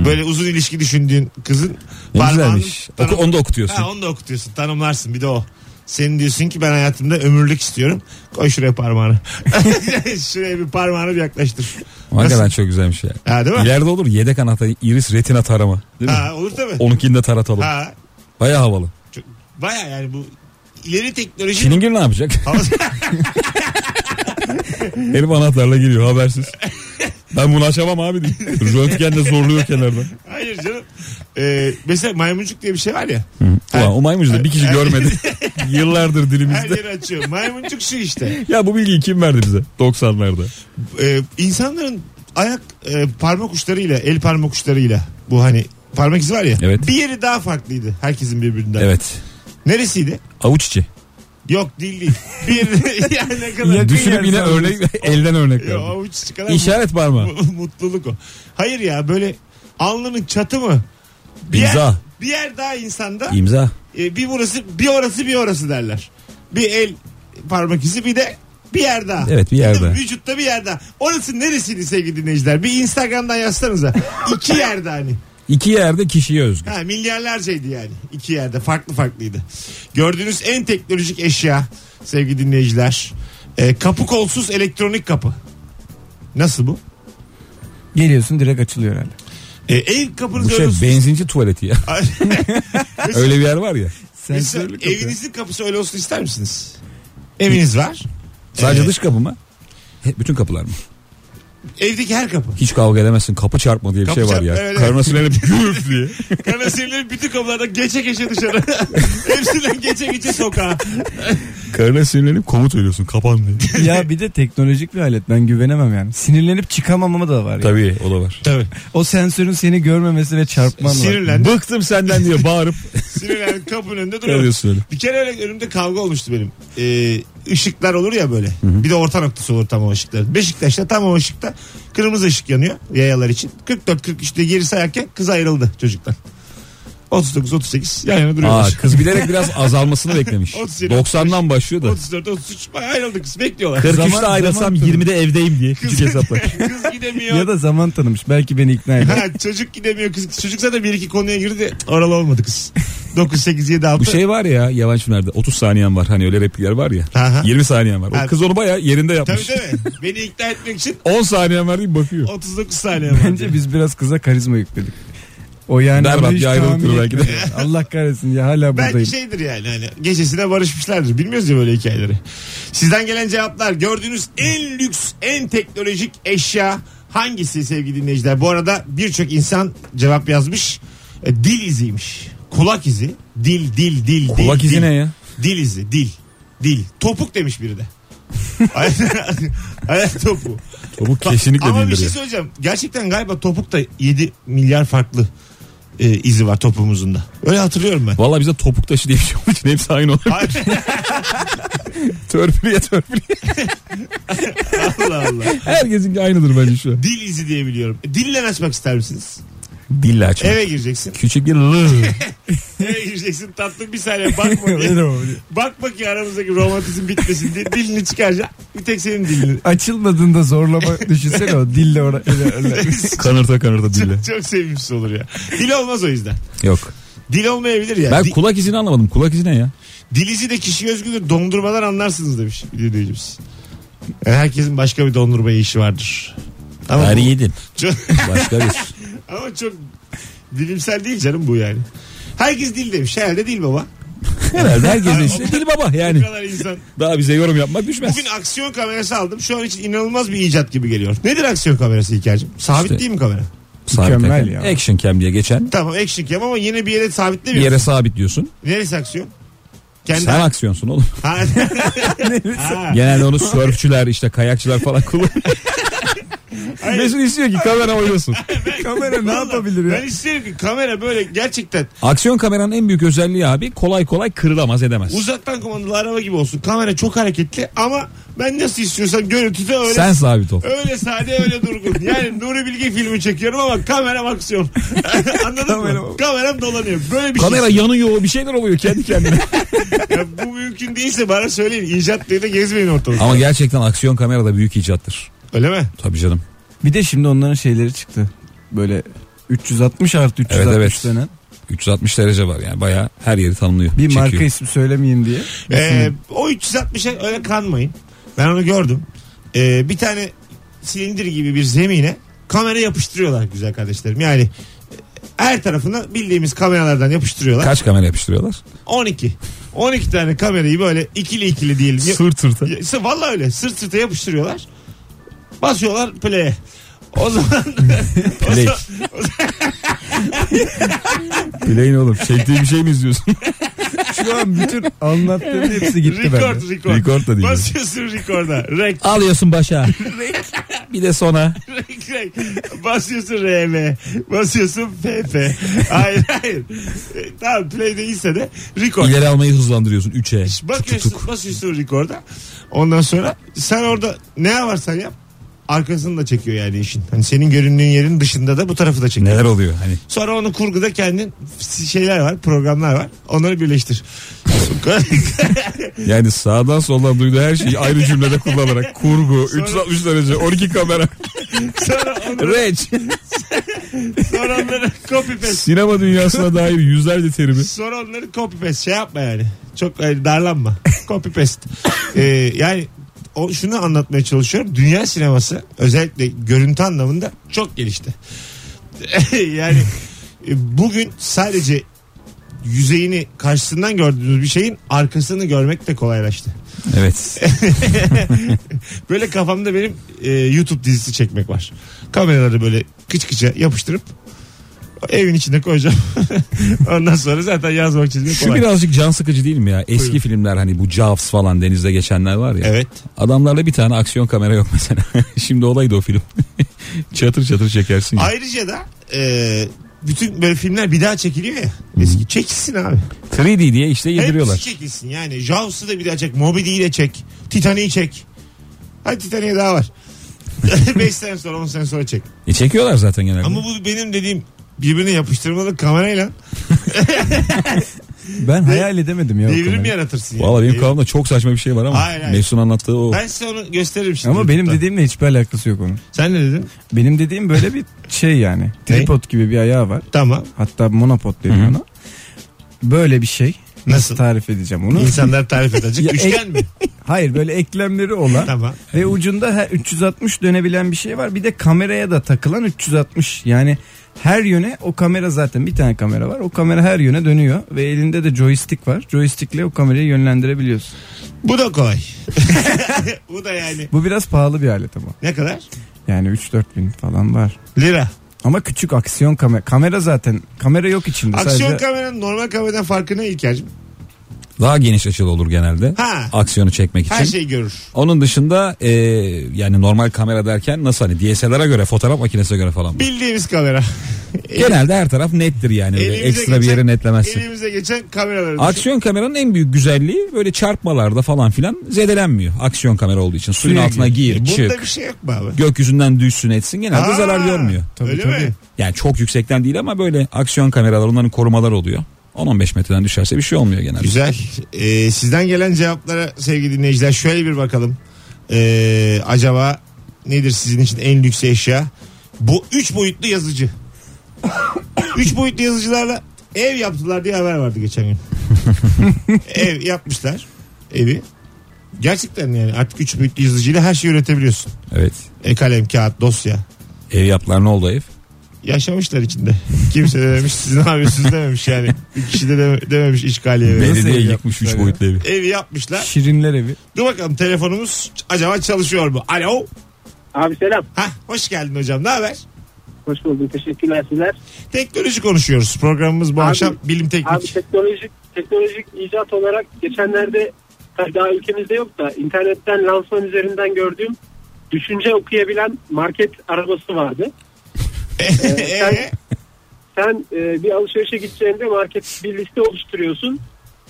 Böyle uzun ilişki düşündüğün kızın
Hmm. Ne
parmağını
güzelmiş.
tanım-
Oku- onu da okutuyorsun.
Ha, onu da okutuyorsun tanımlarsın bir de o. Senin diyorsun ki ben hayatımda ömürlük istiyorum. Koy şuraya parmağını. şuraya bir parmağını bir yaklaştır.
Hakikaten çok güzelmiş ya.
Ha değil mi?
İleride olur yedek anahtar iris retina tarama. Değil mi?
Ha, olur tabii.
Onunkini de taratalım.
Ha,
Baya havalı.
çok- Baya yani bu ileri teknoloji
Çilingir ne yapacak? Herif anahtarla giriyor habersiz. Ben bunu açamam abi diye. Röntgenle zorluyor kenardan.
Hayır canım. Ee, mesela maymuncuk diye bir şey var ya.
Ulan o maymuncu da bir kişi
Her-
görmedi. Yıllardır
Her
dilimizde.
yeri açıyor. Maymuncuk şu işte.
Ya bu bilgiyi kim verdi bize? 90'larda.
Ee, insanların ayak e, parmak uçlarıyla, el parmak uçlarıyla bu hani parmak izi var ya.
Evet.
Bir yeri daha farklıydı herkesin birbirinden.
Evet.
Neresiydi?
Avuç içi.
Yok değil değil. Bir yeri yani ne kadar.
Ya-
Düşünüp
yer
yine
sanırım.
örnek elden örnek
Ya,
verdi.
avuç kadar
İşaret parmağı.
mu- mutluluk o. Hayır ya böyle alnının çatı mı? Bir yer-
İmza.
bir yer daha insanda.
İmza.
E, bir burası bir orası bir orası derler. Bir el parmak izi bir de bir yer daha.
Evet, bir yer
de
daha.
Vücutta bir yer daha. Orası neresiydi sevgili dinleyiciler? Bir Instagram'dan yazsanıza. İki yerde hani.
İki yerde kişiye özgü.
Ha, milyarlarcaydı yani. İki yerde farklı farklıydı. Gördüğünüz en teknolojik eşya sevgili dinleyiciler. E, kapı kolsuz elektronik kapı. Nasıl bu?
Geliyorsun direkt açılıyor herhalde.
E, ev kapınızı
Bu şey
örüyorsunuz.
benzinci tuvaleti ya. Öyle bir yer var ya.
Mesela
Sensörlü kapı.
evinizin kapısı öyle olsun ister misiniz? Eviniz var. E,
Sadece
Evet.
dış kapı mı? He, bütün kapılar mı?
Evdeki her kapı.
Hiç kavga edemezsin. Kapı çarpma diye bir
Kapı
şey var
çarpma,
ya.
evet, evet.
Karına sinirlenip gürültü diye.
Kanasiyerlerin bütün kapılardan geçe geçe dışarı. Hepsinden geçe geçe sokağa.
Karına sinirlenip komut veriyorsun kapan diye.
ya bir de teknolojik bir alet ben güvenemem yani. Sinirlenip çıkamamama da var ya.
Tabii o da var.
Tabii.
O sensörün seni görmemesi ve çarpman var.
Sinirlen.
Bıktım senden diye bağırıp
Sinirlen kapının önünde duruyorum.
kalıyorsun öyle.
Bir kere öyle önümde kavga olmuştu benim. Ee, ışıklar olur ya böyle. Bir de orta noktası olur tam o ışıkların. Beşiktaş'ta tam o ışıkta kırmızı ışık yanıyor yayalar için. 44-43'te geri sayarken kız ayrıldı çocuktan. 39-38 yan yana
Aa,
duruyorlar.
kız bilerek biraz azalmasını beklemiş. 90'dan başlıyor da.
34-33 ayrıldı kız bekliyorlar.
43'te
Zaman-
ayrılsam
zaman
20'de evdeyim diye küçük hesapla.
kız gidemiyor.
Ya da zaman tanımış. Belki beni ikna eder.
Ha, çocuk gidemiyor kız. Çocuk zaten bir iki konuya girdi. Oralı olmadı kız. 9, 8, 7, 6.
Bu şey var ya yalan filmlerde 30 saniyen var hani öyle replikler var ya.
Aha.
20 saniyen var.
Ha.
O kız onu baya yerinde
Tabii
yapmış.
tabii. Beni ikna etmek için
10 saniyen var deyip bakıyor.
39 saniye var.
Bence biz biraz kıza karizma yükledik. O yani
Berbat
onu hiç
bir ayrılıktır
tahammül
belki de.
etmedi. Allah kahretsin ya hala buradayım.
Belki şeydir yani hani gecesine barışmışlardır. Bilmiyoruz ya böyle hikayeleri. Sizden gelen cevaplar gördüğünüz en lüks, en teknolojik eşya hangisi sevgili dinleyiciler? Bu arada birçok insan cevap yazmış. E, dil iziymiş. Kulak izi. Dil, dil, dil,
Kulak
dil.
izi
dil.
ne ya?
Dil izi, dil. Dil. Topuk demiş biri de. Ayak- Ayak topuğu.
Bu kesinlikle
Ama bir
değildir
şey
ya.
söyleyeceğim. Gerçekten galiba topukta 7 milyar farklı e, izi var topuğumuzun da. Öyle hatırlıyorum ben.
Valla bize topuk taşı diye bir şey olduğu için hepsi aynı olur.
Hayır.
törpüleye törpüleye.
Allah Allah.
Herkesinki aynıdır bence şu an.
Dil izi diye biliyorum. Dille açmak ister misiniz?
Dille açma.
Eve gireceksin.
Küçük bir l.
Eve gireceksin tatlım bir saniye bakma diye. Bakma ki aramızdaki romantizm bitmesin diye dilini çıkaracaksın. Bir tek senin dilini.
Açılmadığında zorlama düşünsene o dille oraya.
kanırta kanırta dille.
Çok sevimsiz olur ya. Dil olmaz o yüzden.
Yok.
Dil olmayabilir ya.
Ben
Di-
kulak izini anlamadım. Kulak izi ne ya?
dil izi de kişi özgüdür. Dondurmadan anlarsınız demiş bir dinleyicimiz. Yani herkesin başka bir dondurmaya işi vardır. Ama,
Her
bu-
yedin.
çok,
Başka bir.
ama çok bilimsel değil canım bu yani. Herkes dil demiş. Herhalde dil baba.
Herhalde herkesin işte dil baba
Bu
yani.
kadar insan.
Daha bize yorum yapmak düşmez.
Bugün aksiyon kamerası aldım. Şu an için inanılmaz bir icat gibi geliyor. Nedir aksiyon kamerası İlker'cim? Sabit
İşte-
değil mi kamera?
Sabit
Mükemmel
Hakan.
ya.
Action cam diye geçen.
Tamam action cam ama yine bir yere
Bir
sabitlemiyorsun.
yere sabitliyorsun.
Neresi aksiyon? Kendi...
Sen aksiyonsun oğlum.
Ha. Ha.
Genelde onu sörfçüler işte kayakçılar falan kullanıyor.
Hayır.
Mesut istiyor ki kamera oynasın.
Kamera ne
Vallahi
yapabilir ya?
Ben isterim ki kamera böyle gerçekten
Aksiyon kameranın en büyük özelliği abi kolay kolay kırılamaz edemez.
uzaktan kumandalı araba gibi olsun. Kamera çok hareketli ama ben nasıl istiyorsam görüntüde öyle
Sen sabit ol.
Öyle sade öyle durgun. Yani Nuri Bilge filmi çekiyorum ama kameram aksiyon. Anladın mı?
Kameram-
Kameram dolanıyor. Böyle bir
Kamera
şey.
yanıyor bir şeyler oluyor kendi kendine.
Ya bu mümkün değilse bana söyleyin. İcat diye de gezmeyin ortalıkta.
Ama gerçekten aksiyon kamera da büyük icattır.
Öyle mi?
Tabii canım.
Bir de şimdi onların şeyleri çıktı. Böyle 360 artı 360
Evet, evet.
denen.
360 derece var yani bayağı her yeri tanımlıyor.
Bir
Çekiyor.
marka ismi söylemeyeyim diye.
Ee, o 360'a öyle kanmayın. Ben onu gördüm. Ee, bir tane silindir gibi bir zemine kamera yapıştırıyorlar güzel kardeşlerim. Yani e, her tarafına bildiğimiz kameralardan yapıştırıyorlar.
Kaç kamera yapıştırıyorlar?
12. 12 tane kamerayı böyle ikili ikili diyelim. Ya-
Sırt sırta.
ya- sı- Vallahi öyle sırt sırta yapıştırıyorlar. Basıyorlar play'e. O zaman
Play. Play ne oğlum? Çektiği bir şey mi izliyorsun?
Şu an bütün anlattığım hepsi gitti bende.
record record.
Record da değil.
Basıyorsun record'a. Rek
Alıyorsun başa. bir de sona.
Renk renk. Basıyorsun RM. Basıyorsun PP. Hayır hayır. E, tamam play değilse de record.
İleri almayı hızlandırıyorsun 3'e.
Bakıyorsun basıyorsun record'a. Ondan sonra sen orada ne yaparsan yap. Arkasını da çekiyor yani işin. Hani senin göründüğün yerin dışında da bu tarafı da çekiyor.
Neler oluyor hani?
Sonra onu kurguda kendin şeyler var, programlar var. Onları birleştir.
Yani sağdan soldan duyduğu her şeyi ayrı cümlede kullanarak kurgu,
Sonra-
360 derece, 12 kamera,
sonra, onları,
reç,
sonra onları copy paste.
sinema dünyasına dair yüzlerce terimi.
Sonra onları copy paste şey yapma yani. Çok yani darlanma. Copy paste. Ee, yani o, şunu anlatmaya çalışıyorum. Dünya sineması özellikle görüntü anlamında çok gelişti. yani e, bugün sadece yüzeyini karşısından gördüğünüz bir şeyin arkasını görmek de kolaylaştı.
Evet.
Böyle kafamda benim e, YouTube dizisi çekmek var. Kameraları böyle kıç kıça yapıştırıp Evin içine koyacağım. Ondan sonra zaten yazmak çizmek
Şu
kolay.
birazcık can sıkıcı değil mi ya? Eski
Buyurun.
filmler hani bu Jaws falan denizde geçenler var ya.
Evet.
Adamlarda bir tane aksiyon kamera yok mesela. Şimdi olaydı o film. çatır çatır çekersin. ya.
Ayrıca da e, bütün böyle filmler bir daha çekiliyor ya. Eski çekilsin abi.
3D diye işte yediriyorlar.
Hepsi çekilsin yani. Jaws'ı da bir daha çek. Moby Dick'i de çek. Titanic'i çek. Hadi Titanic'e daha var. 5 sene sonra 10 sene sonra çek.
E çekiyorlar zaten genelde.
Ama bu benim dediğim birbirine yapıştırmalı kamerayla
Ben hayal edemedim ya. o
devrim
konuyu.
yaratırsın. yani.
Valla benim
Devrim.
kafamda çok saçma bir şey var ama
E- Hayır, hayır.
Mesut'un anlattığı o.
Ben size onu gösteririm şimdi.
Ama benim
YouTube'da.
dediğimle hiçbir alakası yok onun.
Sen ne dedin?
Benim dediğim böyle bir şey yani. Tripod gibi bir ayağı var.
Tamam.
Hatta monopod deniyor
Hı hı.
ona. Böyle bir şey.
Nasıl?
Tarif edeceğim onu.
İnsanlar tarif edecek.
Ya, e-
Üçgen mi?
Hayır böyle eklemleri olan
Tamam.
ve ucunda her 360 dönebilen bir şey var. Bir de kameraya da takılan 360. Yani her yöne o kamera zaten bir tane kamera var. O kamera her yöne dönüyor ve elinde de joystick var. Joystickle o kamerayı yönlendirebiliyorsun.
Bu da kolay. Bu da yani.
Bu biraz pahalı bir alet ama.
Ne kadar?
Yani 3-4 bin falan var.
Lira.
Ama küçük aksiyon kamera. Kamera zaten kamera yok içinde.
Aksiyon
Sadece
kameranın normal kameradan farkı ne İlker'cim?
Daha geniş açılı olur genelde.
Ha.
Aksiyonu çekmek için.
Her şey. şeyi görür.
Onun dışında e, yani normal kamera derken nasıl hani DSLR'a göre fotoğraf makinesine göre falan.
Bildiğimiz kamera.
Genelde her taraf nettir yani. Böyle
Elimize
Ekstra bir
geçen-
yere netlemezsin.
Elimize geçen kameraları düşün.
Aksiyon kameranın en büyük güzelliği böyle çarpmalarda falan filan zedelenmiyor. Aksiyon kamera olduğu için. Suyun
Suya
altına gir,
Bunda
çık.
bir şey yok mu abi?
Gökyüzünden düşsün etsin genelde
Aa,
zarar görmüyor.
Tabii,
öyle
tabii.
mi?
Yani çok yüksekten değil ama böyle aksiyon kameralar onların korumalar oluyor. 10-15 metreden düşerse bir şey olmuyor genelde.
Güzel. Ee, sizden gelen cevaplara sevgili dinleyiciler şöyle bir bakalım. Ee, acaba nedir sizin için en lüks eşya? Bu üç boyutlu yazıcı. üç boyutlu yazıcılarla ev yaptılar diye haber vardı geçen gün. ev yapmışlar. Evi. Gerçekten yani artık üç boyutlu yazıcıyla her şeyi üretebiliyorsun.
Evet.
E, kalem, kağıt, dosya.
Ev yaptılar ne oldu ev?
Yaşamışlar içinde. Kimse de dememiş siz ne yapıyorsunuz dememiş yani. Bir kişi de deme- dememiş işgaliye. verin.
Belediye
ev
yıkmış 3
yapmışlar
boyutlu evi.
Evi yapmışlar.
Şirinler evi.
Dur bakalım telefonumuz acaba çalışıyor mu? Alo.
Abi selam.
Hah, hoş geldin hocam. Ne haber?
Hoş bulduk. Teşekkürler sizler.
Teknoloji konuşuyoruz. Programımız bu
Abi-
akşam bilim
Abi
teknik.
teknolojik teknolojik icat olarak geçenlerde tabii daha ülkemizde yok da internetten lansman üzerinden gördüğüm düşünce okuyabilen market arabası vardı.
Ee,
Sen e, bir alışverişe gideceğinde market bir liste oluşturuyorsun.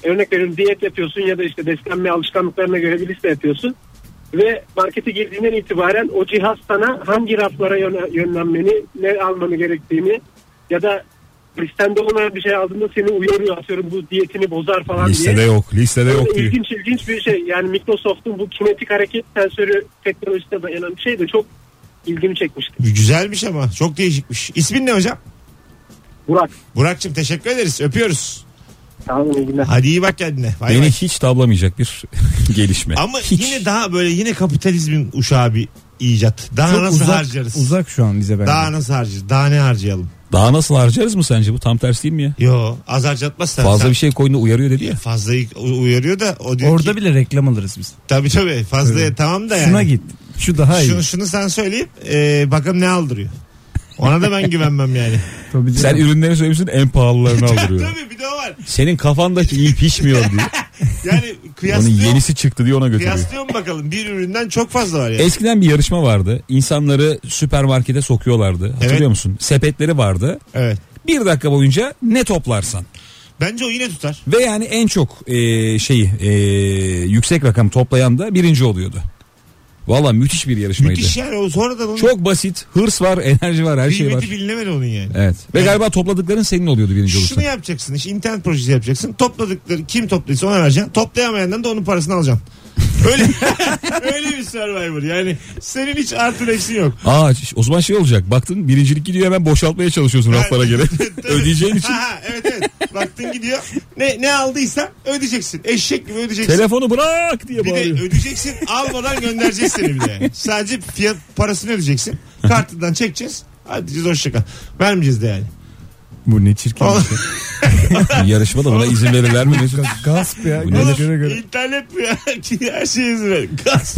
E, Örnek veriyorum diyet yapıyorsun ya da işte beslenme alışkanlıklarına göre bir liste yapıyorsun. Ve markete girdiğinden itibaren o cihaz sana hangi raflara yöne- yönlenmeni, ne almanı gerektiğini ya da listende olmayan bir şey aldığında seni uyarıyor. Atıyorum bu diyetini bozar falan diye.
Listede yok, listede yok diyor.
İlginç ilginç bir şey. Yani Microsoft'un bu kinetik hareket sensörü teknolojisine dayanan bir şey de çok ilgimi çekmişti.
güzelmiş ama çok değişikmiş. İsmin ne hocam?
Burak
Burak'cığım teşekkür ederiz. Öpüyoruz.
sağ olun iyi günler.
Hadi iyi bak kendine. Bay
Beni
bay.
hiç tavlamayacak bir gelişme.
Ama
hiç.
yine daha böyle yine kapitalizmin uşağı bir icat. Daha
Çok
nasıl
uzak,
harcarız?
uzak şu an bize bence.
Daha nasıl harcarız? Daha ne harcayalım?
Daha nasıl harcarız mı sence bu? Tam tersi değil mi ya?
Yo az harcatmazsan.
Fazla
sen-
bir şey koyduğunda uyarıyor dedi ya.
Fazlayı u- uyarıyor da o diyor
Orada
ki,
bile reklam alırız biz.
tabii tabii fazlaya tamam da yani.
Şuna git. Şu daha iyi.
Şunu, şunu sen söyleyip e, bakalım ne aldırıyor. Ona da ben güvenmem yani.
Tabii
Sen
canım.
ürünleri söylemişsin en pahalılarını aldırıyor.
Tabii bir de o var.
Senin kafandaki iyi pişmiyor diyor.
Yani
Onun
kıyaslıyor,
yenisi çıktı diye ona götürüyor.
kıyaslıyorum bakalım. Bir üründen çok fazla var yani.
Eskiden bir yarışma vardı. İnsanları süpermarkete sokuyorlardı. Hatırlıyor
Evet.
musun? Sepetleri vardı.
Evet.
Bir dakika boyunca ne toplarsan
Bence o yine tutar.
ve yani en çok e, şeyi e, yüksek rakam toplayan da birinci oluyordu. Valla müthiş bir yarışmaydı.
Müthiş yani. O sonradan onun
Çok basit. Hırs var, enerji var, her şey
kıymeti
var.
bilinemedi onun yani.
Evet. Ve galiba topladıkların senin oluyordu birinci olursa.
Şunu yapacaksın işte internet projesi yapacaksın. Topladıkları kim topladıysa ona vereceksin. Toplayamayandan da onun parasını alacaksın. Öyle, öyle bir survivor yani. Senin hiç artın eksin yok.
Aa ş- o zaman şey olacak. Baktın birincilik gidiyor hemen boşaltmaya çalışıyorsun raflara göre.
Tabii.
Ödeyeceğin için.
Ha, ha, evet evet. Baktın gidiyor. Ne ne aldıysan ödeyeceksin. Eşek gibi ödeyeceksin.
Telefonu bırak diye
bir de
bağırıyor.
ödeyeceksin almadan göndereceksin seni bir de. yani. Sadece fiyat parasını ödeyeceksin. Kartından çekeceğiz. Hadi diyeceğiz hoşça kal. Vermeyeceğiz de yani.
Bu ne çirkin bir şey.
Yarışmada buna izin verirler mi? Mesut?
Gasp ya.
Bu nedir?
Gasp'e
Oğlum,
göre.
internet mi ya? Her şey şeyi izle. Gaz.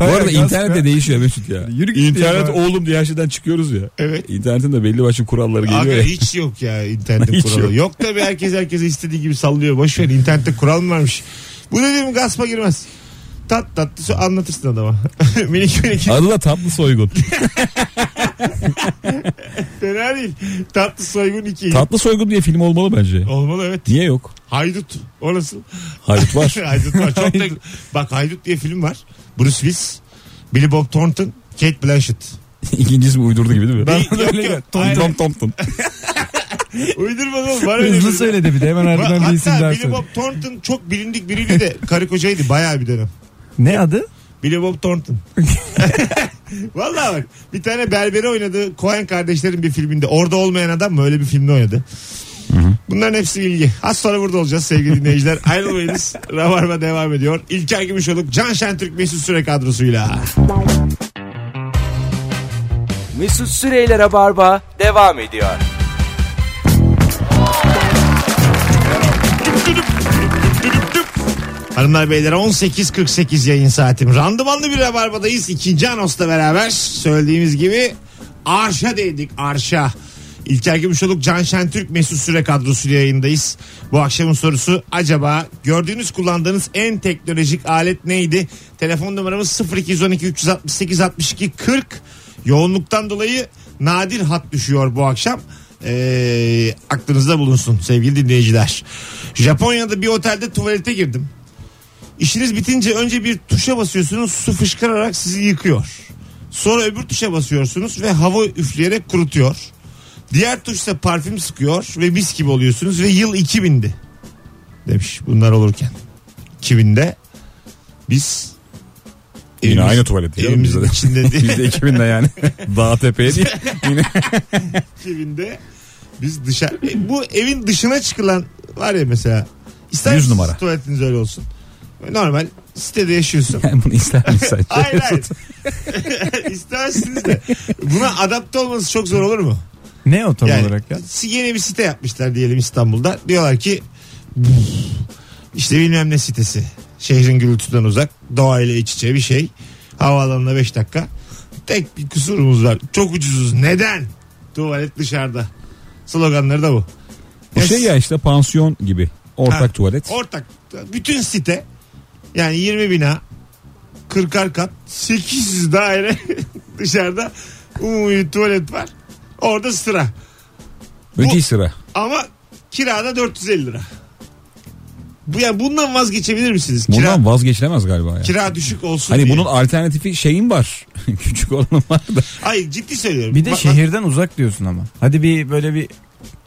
Bu arada
Bayağı gasp
internet
ya.
de değişiyor Mesut ya.
Yürü git
İnternet
ya.
oğlum diye her şeyden çıkıyoruz ya.
Evet.
İnternetin de belli başlı kuralları
Aga
geliyor ya.
hiç yok ya internet
Hiç
kuralı. Yok.
yok.
tabii herkes herkese istediği gibi sallıyor. Boş ver internette kural mı varmış? Bu dediğim gaspa girmez. Tat tatlı su anlatırsın adama. minik minik
Adı da tatlı soygun.
fena değil. Tatlı soygun iki.
tatlı soygun diye film olmalı bence.
Olmalı evet.
Niye yok?
Haydut. O nasıl?
Haydut var.
haydut var. Çok da... Bak Haydut diye film var. Bruce Willis. Billy Bob Thornton. Kate Blanchett.
İkincisi mi uydurdu gibi değil mi?
Ben- Yok, yok.
Tom Tom Thompton.
Uydurmadım. Var öyle
Hızlı
bir-
söyledi bir de hemen ardından bir isim
Hatta
daha
Billy
söyledi.
Bob Thornton çok bilindik biriyle de karı kocaydı bayağı bir dönem.
Ne adı?
Billy Bob Thornton. Vallahi bak bir tane berberi oynadı Coen kardeşlerin bir filminde. Orada olmayan adam mı öyle bir filmde oynadı. Bunların hepsi bilgi. Az sonra burada olacağız sevgili dinleyiciler. Ayrılmayınız. Rabarba devam ediyor. İlker Gümüşoluk, Can Şentürk, Mesut Süre kadrosuyla.
Mesut Süreyler'e barba devam ediyor.
Hanımlar beyler 18.48 yayın saatim. Randımanlı bir rabarbadayız. İkinci anonsla beraber söylediğimiz gibi arşa değdik arşa. İlker Gümüşoluk, Can Şentürk, Mesut Süre kadrosuyla yayındayız. Bu akşamın sorusu acaba gördüğünüz kullandığınız en teknolojik alet neydi? Telefon numaramız 0212 368 62 40. Yoğunluktan dolayı nadir hat düşüyor bu akşam. Ee, aklınızda bulunsun sevgili dinleyiciler. Japonya'da bir otelde tuvalete girdim. İşiniz bitince önce bir tuşa basıyorsunuz su fışkırarak sizi yıkıyor. Sonra öbür tuşa basıyorsunuz ve hava üfleyerek kurutuyor. Diğer tuşta parfüm sıkıyor ve mis gibi oluyorsunuz ve yıl 2000'di. Demiş bunlar olurken. 2000'de biz
Yine
evimiz-
aynı tuvalet. ya
evimizin
bizde de.
içinde değil.
Bizde 2000'de yani. Dağ tepeye değil. Yine
evinde biz dışarı e, bu evin dışına çıkılan var ya mesela ister
Yüz
misiniz
numara.
tuvaletiniz öyle olsun. Normal sitede yaşıyorsun.
yani bunu ister misin
hayır hayır. İstemezsiniz de. Buna adapte olması çok zor olur mu?
Ne o tam
yani
olarak ya?
si- yeni bir site yapmışlar diyelim İstanbul'da. Diyorlar ki işte bilmem ne sitesi. Şehrin gürültüden uzak. Doğayla iç içe bir şey. Havaalanına 5 dakika. Tek bir kusurumuz var. Çok ucuzuz. Neden? Tuvalet dışarıda. Sloganları da bu.
Bu şey ya işte pansiyon gibi. Ortak
Ha.
tuvalet.
Ortak. Bütün site yani 20 bina 40'ar kat 800 daire dışarıda umumi tuvalet var. Orada sıra.
Öteki sıra.
Ama kirada 450 lira. Bu ya bundan vazgeçebilir misiniz? Kira
Bundan vazgeçilemez galiba ya.
kira düşük olsun
Hani
diye.
bunun alternatifi şeyin var. Küçük olanın var da.
Hayır ciddi söylüyorum.
Bir de
Bak-
şehirden uzak diyorsun ama. Hadi bir böyle bir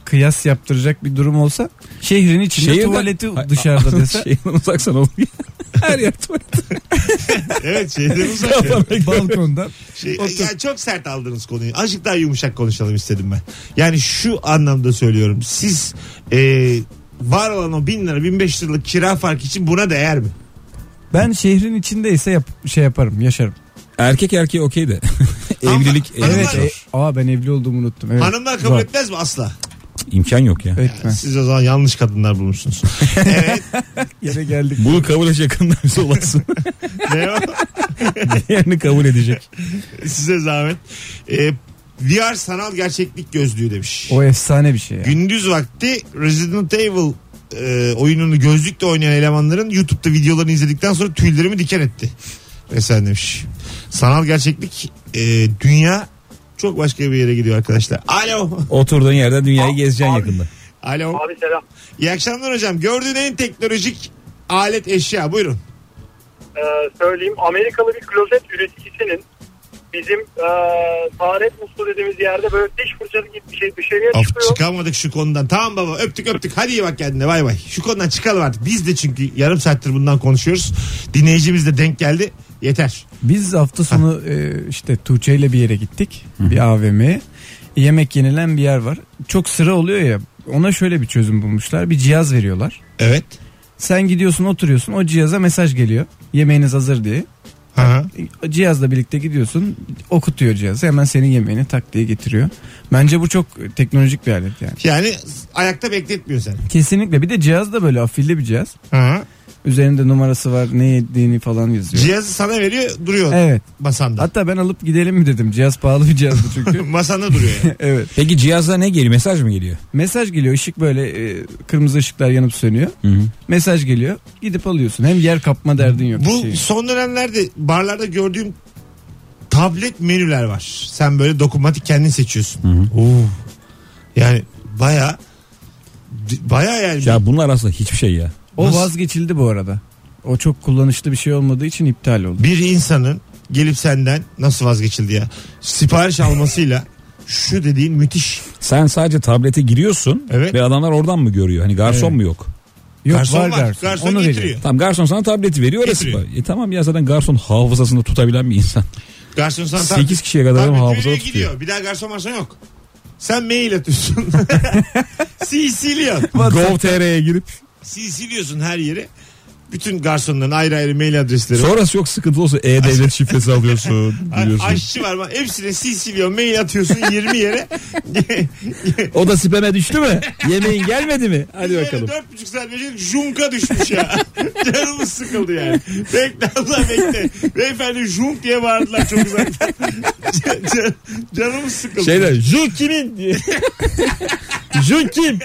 kıyas yaptıracak bir durum olsa şehrin içinde
Şehirden-
tuvaleti
Ay-
dışarıda dese
Şeyden uzaksan olur. Her yer tuvalet.
Evet şehirden uzak. ya.
Kafana göre.
balkonda
Şey, ya çok sert aldınız konuyu. Azıcık daha yumuşak konuşalım istedim ben. Yani şu anlamda söylüyorum. Siz e, var olan o 1000 lira 1500 liralık kira farkı için buna değer mi?
ben şehrin içindeyse yap- şey yaparım yaşarım.
Erkek erkeğe okey de.
Ama-
Evlilik.
Hanımlar-
evlilik
Evet. e- aa ben evli olduğumu unuttum. Evet.
Hanımlar kabul
Zor.
etmez mi asla?
imkan yok ya.
Etme.
Siz o zaman yanlış kadınlar bulmuşsunuz. evet.
Yere geldik.
Bunu kabul edecek kadınlar olasın.
Ne o?
Yerini kabul edecek.
Size zahmet. E, VR sanal gerçeklik gözlüğü demiş.
O efsane bir şey ya.
Gündüz vakti Resident Evil e, oyununu gözlükle oynayan elemanların YouTube'da videolarını izledikten sonra tüylerimi diken etti. Mesela demiş. Sanal gerçeklik e, dünya çok başka bir yere gidiyor arkadaşlar. Alo.
Oturduğun yerden dünyayı gezeceksin
abi.
yakında.
Alo.
Abi selam.
İyi akşamlar hocam. Gördüğün en teknolojik alet eşya buyurun.
Ee, söyleyeyim Amerikalı bir klozet üreticisinin bizim e, taharet musluğu dediğimiz yerde böyle diş fırçası gibi bir şey dışarıya
Of,
çıkıyor.
çıkamadık şu konudan. Tamam baba öptük öptük. Hadi iyi bak kendine bay bay. Şu konudan çıkalım artık. Biz de çünkü yarım saattir bundan konuşuyoruz. Dinleyicimiz de denk geldi. Yeter.
Biz hafta sonu e, işte Tuğçe ile bir yere gittik. Bir AVM'ye. Yemek yenilen bir yer var. Çok sıra oluyor ya. Ona şöyle bir çözüm bulmuşlar. Bir cihaz veriyorlar.
Evet.
Sen gidiyorsun oturuyorsun o cihaza mesaj geliyor. Yemeğiniz hazır diye. E,
Aha.
Cihazla birlikte gidiyorsun okutuyor cihazı hemen senin yemeğini tak diye getiriyor. Bence bu çok e, teknolojik bir alet yani.
Yani ayakta bekletmiyor seni.
Kesinlikle bir de cihaz da böyle afilli bir cihaz.
Aha.
Üzerinde numarası var ne yediğini falan yazıyor.
Cihazı sana veriyor duruyor
evet.
masanda.
Hatta ben alıp gidelim mi dedim. Cihaz pahalı bir cihazdı çünkü.
Masanda duruyor yani.
evet.
Peki cihazda ne geliyor? Mesaj mı geliyor?
Mesaj geliyor. ışık böyle e, kırmızı ışıklar yanıp sönüyor. Mesaj geliyor. Gidip alıyorsun. Hem yer kapma derdin yok. bir
Bu
şey yok.
son dönemlerde barlarda gördüğüm tablet menüler var. Sen böyle dokunmatik kendin seçiyorsun. Oo. Yani baya baya yani
Ya bunlar aslında hiçbir şey ya.
O
Nasıl?
vazgeçildi bu arada. O çok kullanışlı bir şey olmadığı için iptal oldu.
bir insanın gelip senden nasıl vazgeçildi ya sipariş almasıyla şu dediğin müthiş.
Sen sadece tablete giriyorsun
Evet.
ve adamlar oradan mı görüyor? Hani garson
Evet.
mu yok?
Yok
garson
var,
var.
garson.
Garson
Onu
getiriyor.
veriyor.
Tamam garson sana tableti veriyor orası.
Getiriyor.
E tamam ya zaten garson hafızasını tutabilen bir insan.
Garson sana tab-
8 kişiye kadar
tablet
hafızada
veriyor,
tutuyor.
gidiyor. Bir daha garson varsa yok. Sen mail atıyorsun. CC'liyorsun.
Gov.tr'ye girip
CC'liyorsun her yere. Bütün garsonların ayrı ayrı mail adresleri var.
sonrası çok sıkıntı olsa e-devlet şifresi alıyorsun.
A-
Biliyorsun.
Aşçı var bak hepsine CC'liyor mail atıyorsun 20 yere.
O da spam'e düştü mü? Yemeğin gelmedi mi? Hadi bakalım.
4,5 saat önce junka düşmüş ya. Canımız sıkıldı yani. Bekle Allah bekle. Beyefendi junk diye bağırdılar çok uzaktan. Can- can- Canımız sıkıldı.
Şeyler Junkin'in diye. Junkin.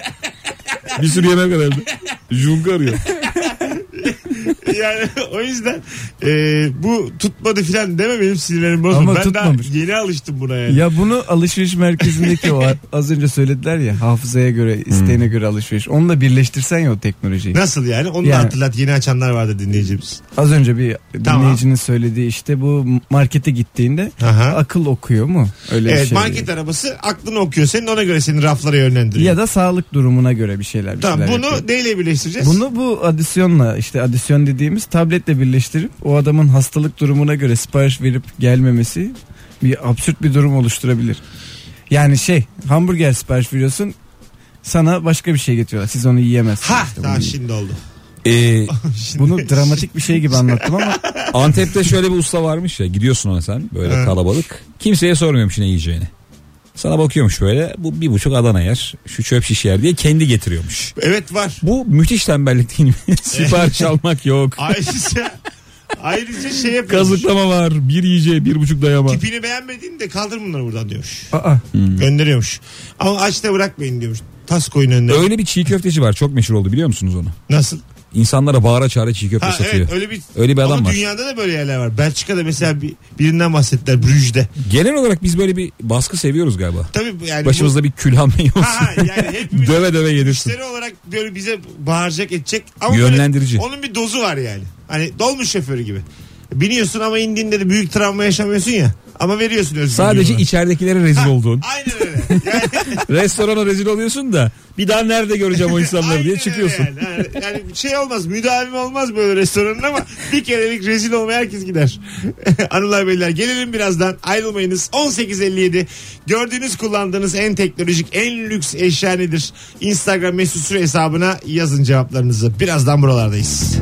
Bir sürü yemek herhalde. Junk arıyor.
Yani o yüzden e, bu tutmadı filan deme benim sinirlerim bozuldu.
Ama
ben
tutmamış.
daha yeni alıştım buna yani.
Ya bunu alışveriş merkezindeki o az önce söylediler ya hafızaya göre isteğine
Hmm.
göre alışveriş. Onunla birleştirsen ya o teknolojiyi.
Nasıl yani? Onu da
Yani.
hatırlat. Yeni açanlar vardı dinleyicimiz.
Az önce bir
Tamam.
dinleyicinin söylediği işte bu markete gittiğinde
Aha.
akıl okuyor mu? Öyle bir
Evet
şey.
market arabası aklını okuyor. Senin ona göre seni raflara yönlendiriyor.
Ya da sağlık durumuna göre bir şeyler. Bir
tamam
şeyler
bunu
yapıyor.
neyle birleştireceğiz?
Bunu bu adisyonla işte adisyon dediğimiz tabletle birleştirip o adamın hastalık durumuna göre sipariş verip gelmemesi bir absürt bir durum oluşturabilir. Yani şey hamburger sipariş veriyorsun sana başka bir şey getiriyorlar siz onu yiyemezsiniz.
Ha
işte
tamam
bunu.
şimdi oldu.
Ee,
Bunu dramatik bir şey gibi anlattım ama
Antep'te şöyle bir usta varmış ya gidiyorsun ona sen böyle
Evet.
kalabalık. Kimseye sormuyormuş ne yiyeceğini. Sana bakıyormuş böyle bu bir buçuk Adana yer şu çöp şiş yer diye kendi getiriyormuş.
Evet var.
Bu müthiş tembellik değil mi? Sipariş almak yok.
Ayrıca ayrıca şey yapıyormuş.
Kazıklama var bir yiyeceğe bir buçuk dayama.
Tipini beğenmediğini de kaldır bunları buradan diyormuş.
aa,
Gönderiyormuş. Ama aç da bırakmayın diyormuş. Tas koyun önüne.
Öyle bir çiğ köfteci var çok meşhur oldu biliyor musunuz onu?
Nasıl?
İnsanlara bağıra çağıra çiğ köfte
Ha
satıyor.
evet öyle bir
Öyle bir adam
Ama
var.
dünyada da böyle yerler var. Belçika'da mesela bir, birinden bahsettiler Brüj'de.
Genel olarak biz böyle bir baskı seviyoruz galiba.
Tabii bu- yani bu-
Başımızda bir külhanme olsun.
Ha, ha, yani hepimiz
döve döve yedirsin.
müşteri olarak böyle bize bağıracak edecek ama
Yönlendirici.
böyle onun bir dozu var yani. Hani dolmuş şoförü gibi. Biniyorsun ama indiğinde de büyük travma yaşamıyorsun ya. Ama veriyorsun özgürlüğü.
Sadece
ona.
içeridekilere rezil
Ha,
oldun.
Aynen öyle. Yani,
Restorana rezil oluyorsun da bir daha nerede göreceğim o insanları
aynen
diye
öyle
çıkıyorsun.
Yani. Yani, yani şey olmaz müdavim olmaz böyle restoranın ama bir kerelik rezil olmaya herkes gider. Anılar beyler gelelim birazdan ayrılmayınız. 18.57 gördüğünüz kullandığınız en teknolojik en lüks eşya nedir? Instagram mesut süre hesabına yazın cevaplarınızı. Birazdan buralardayız.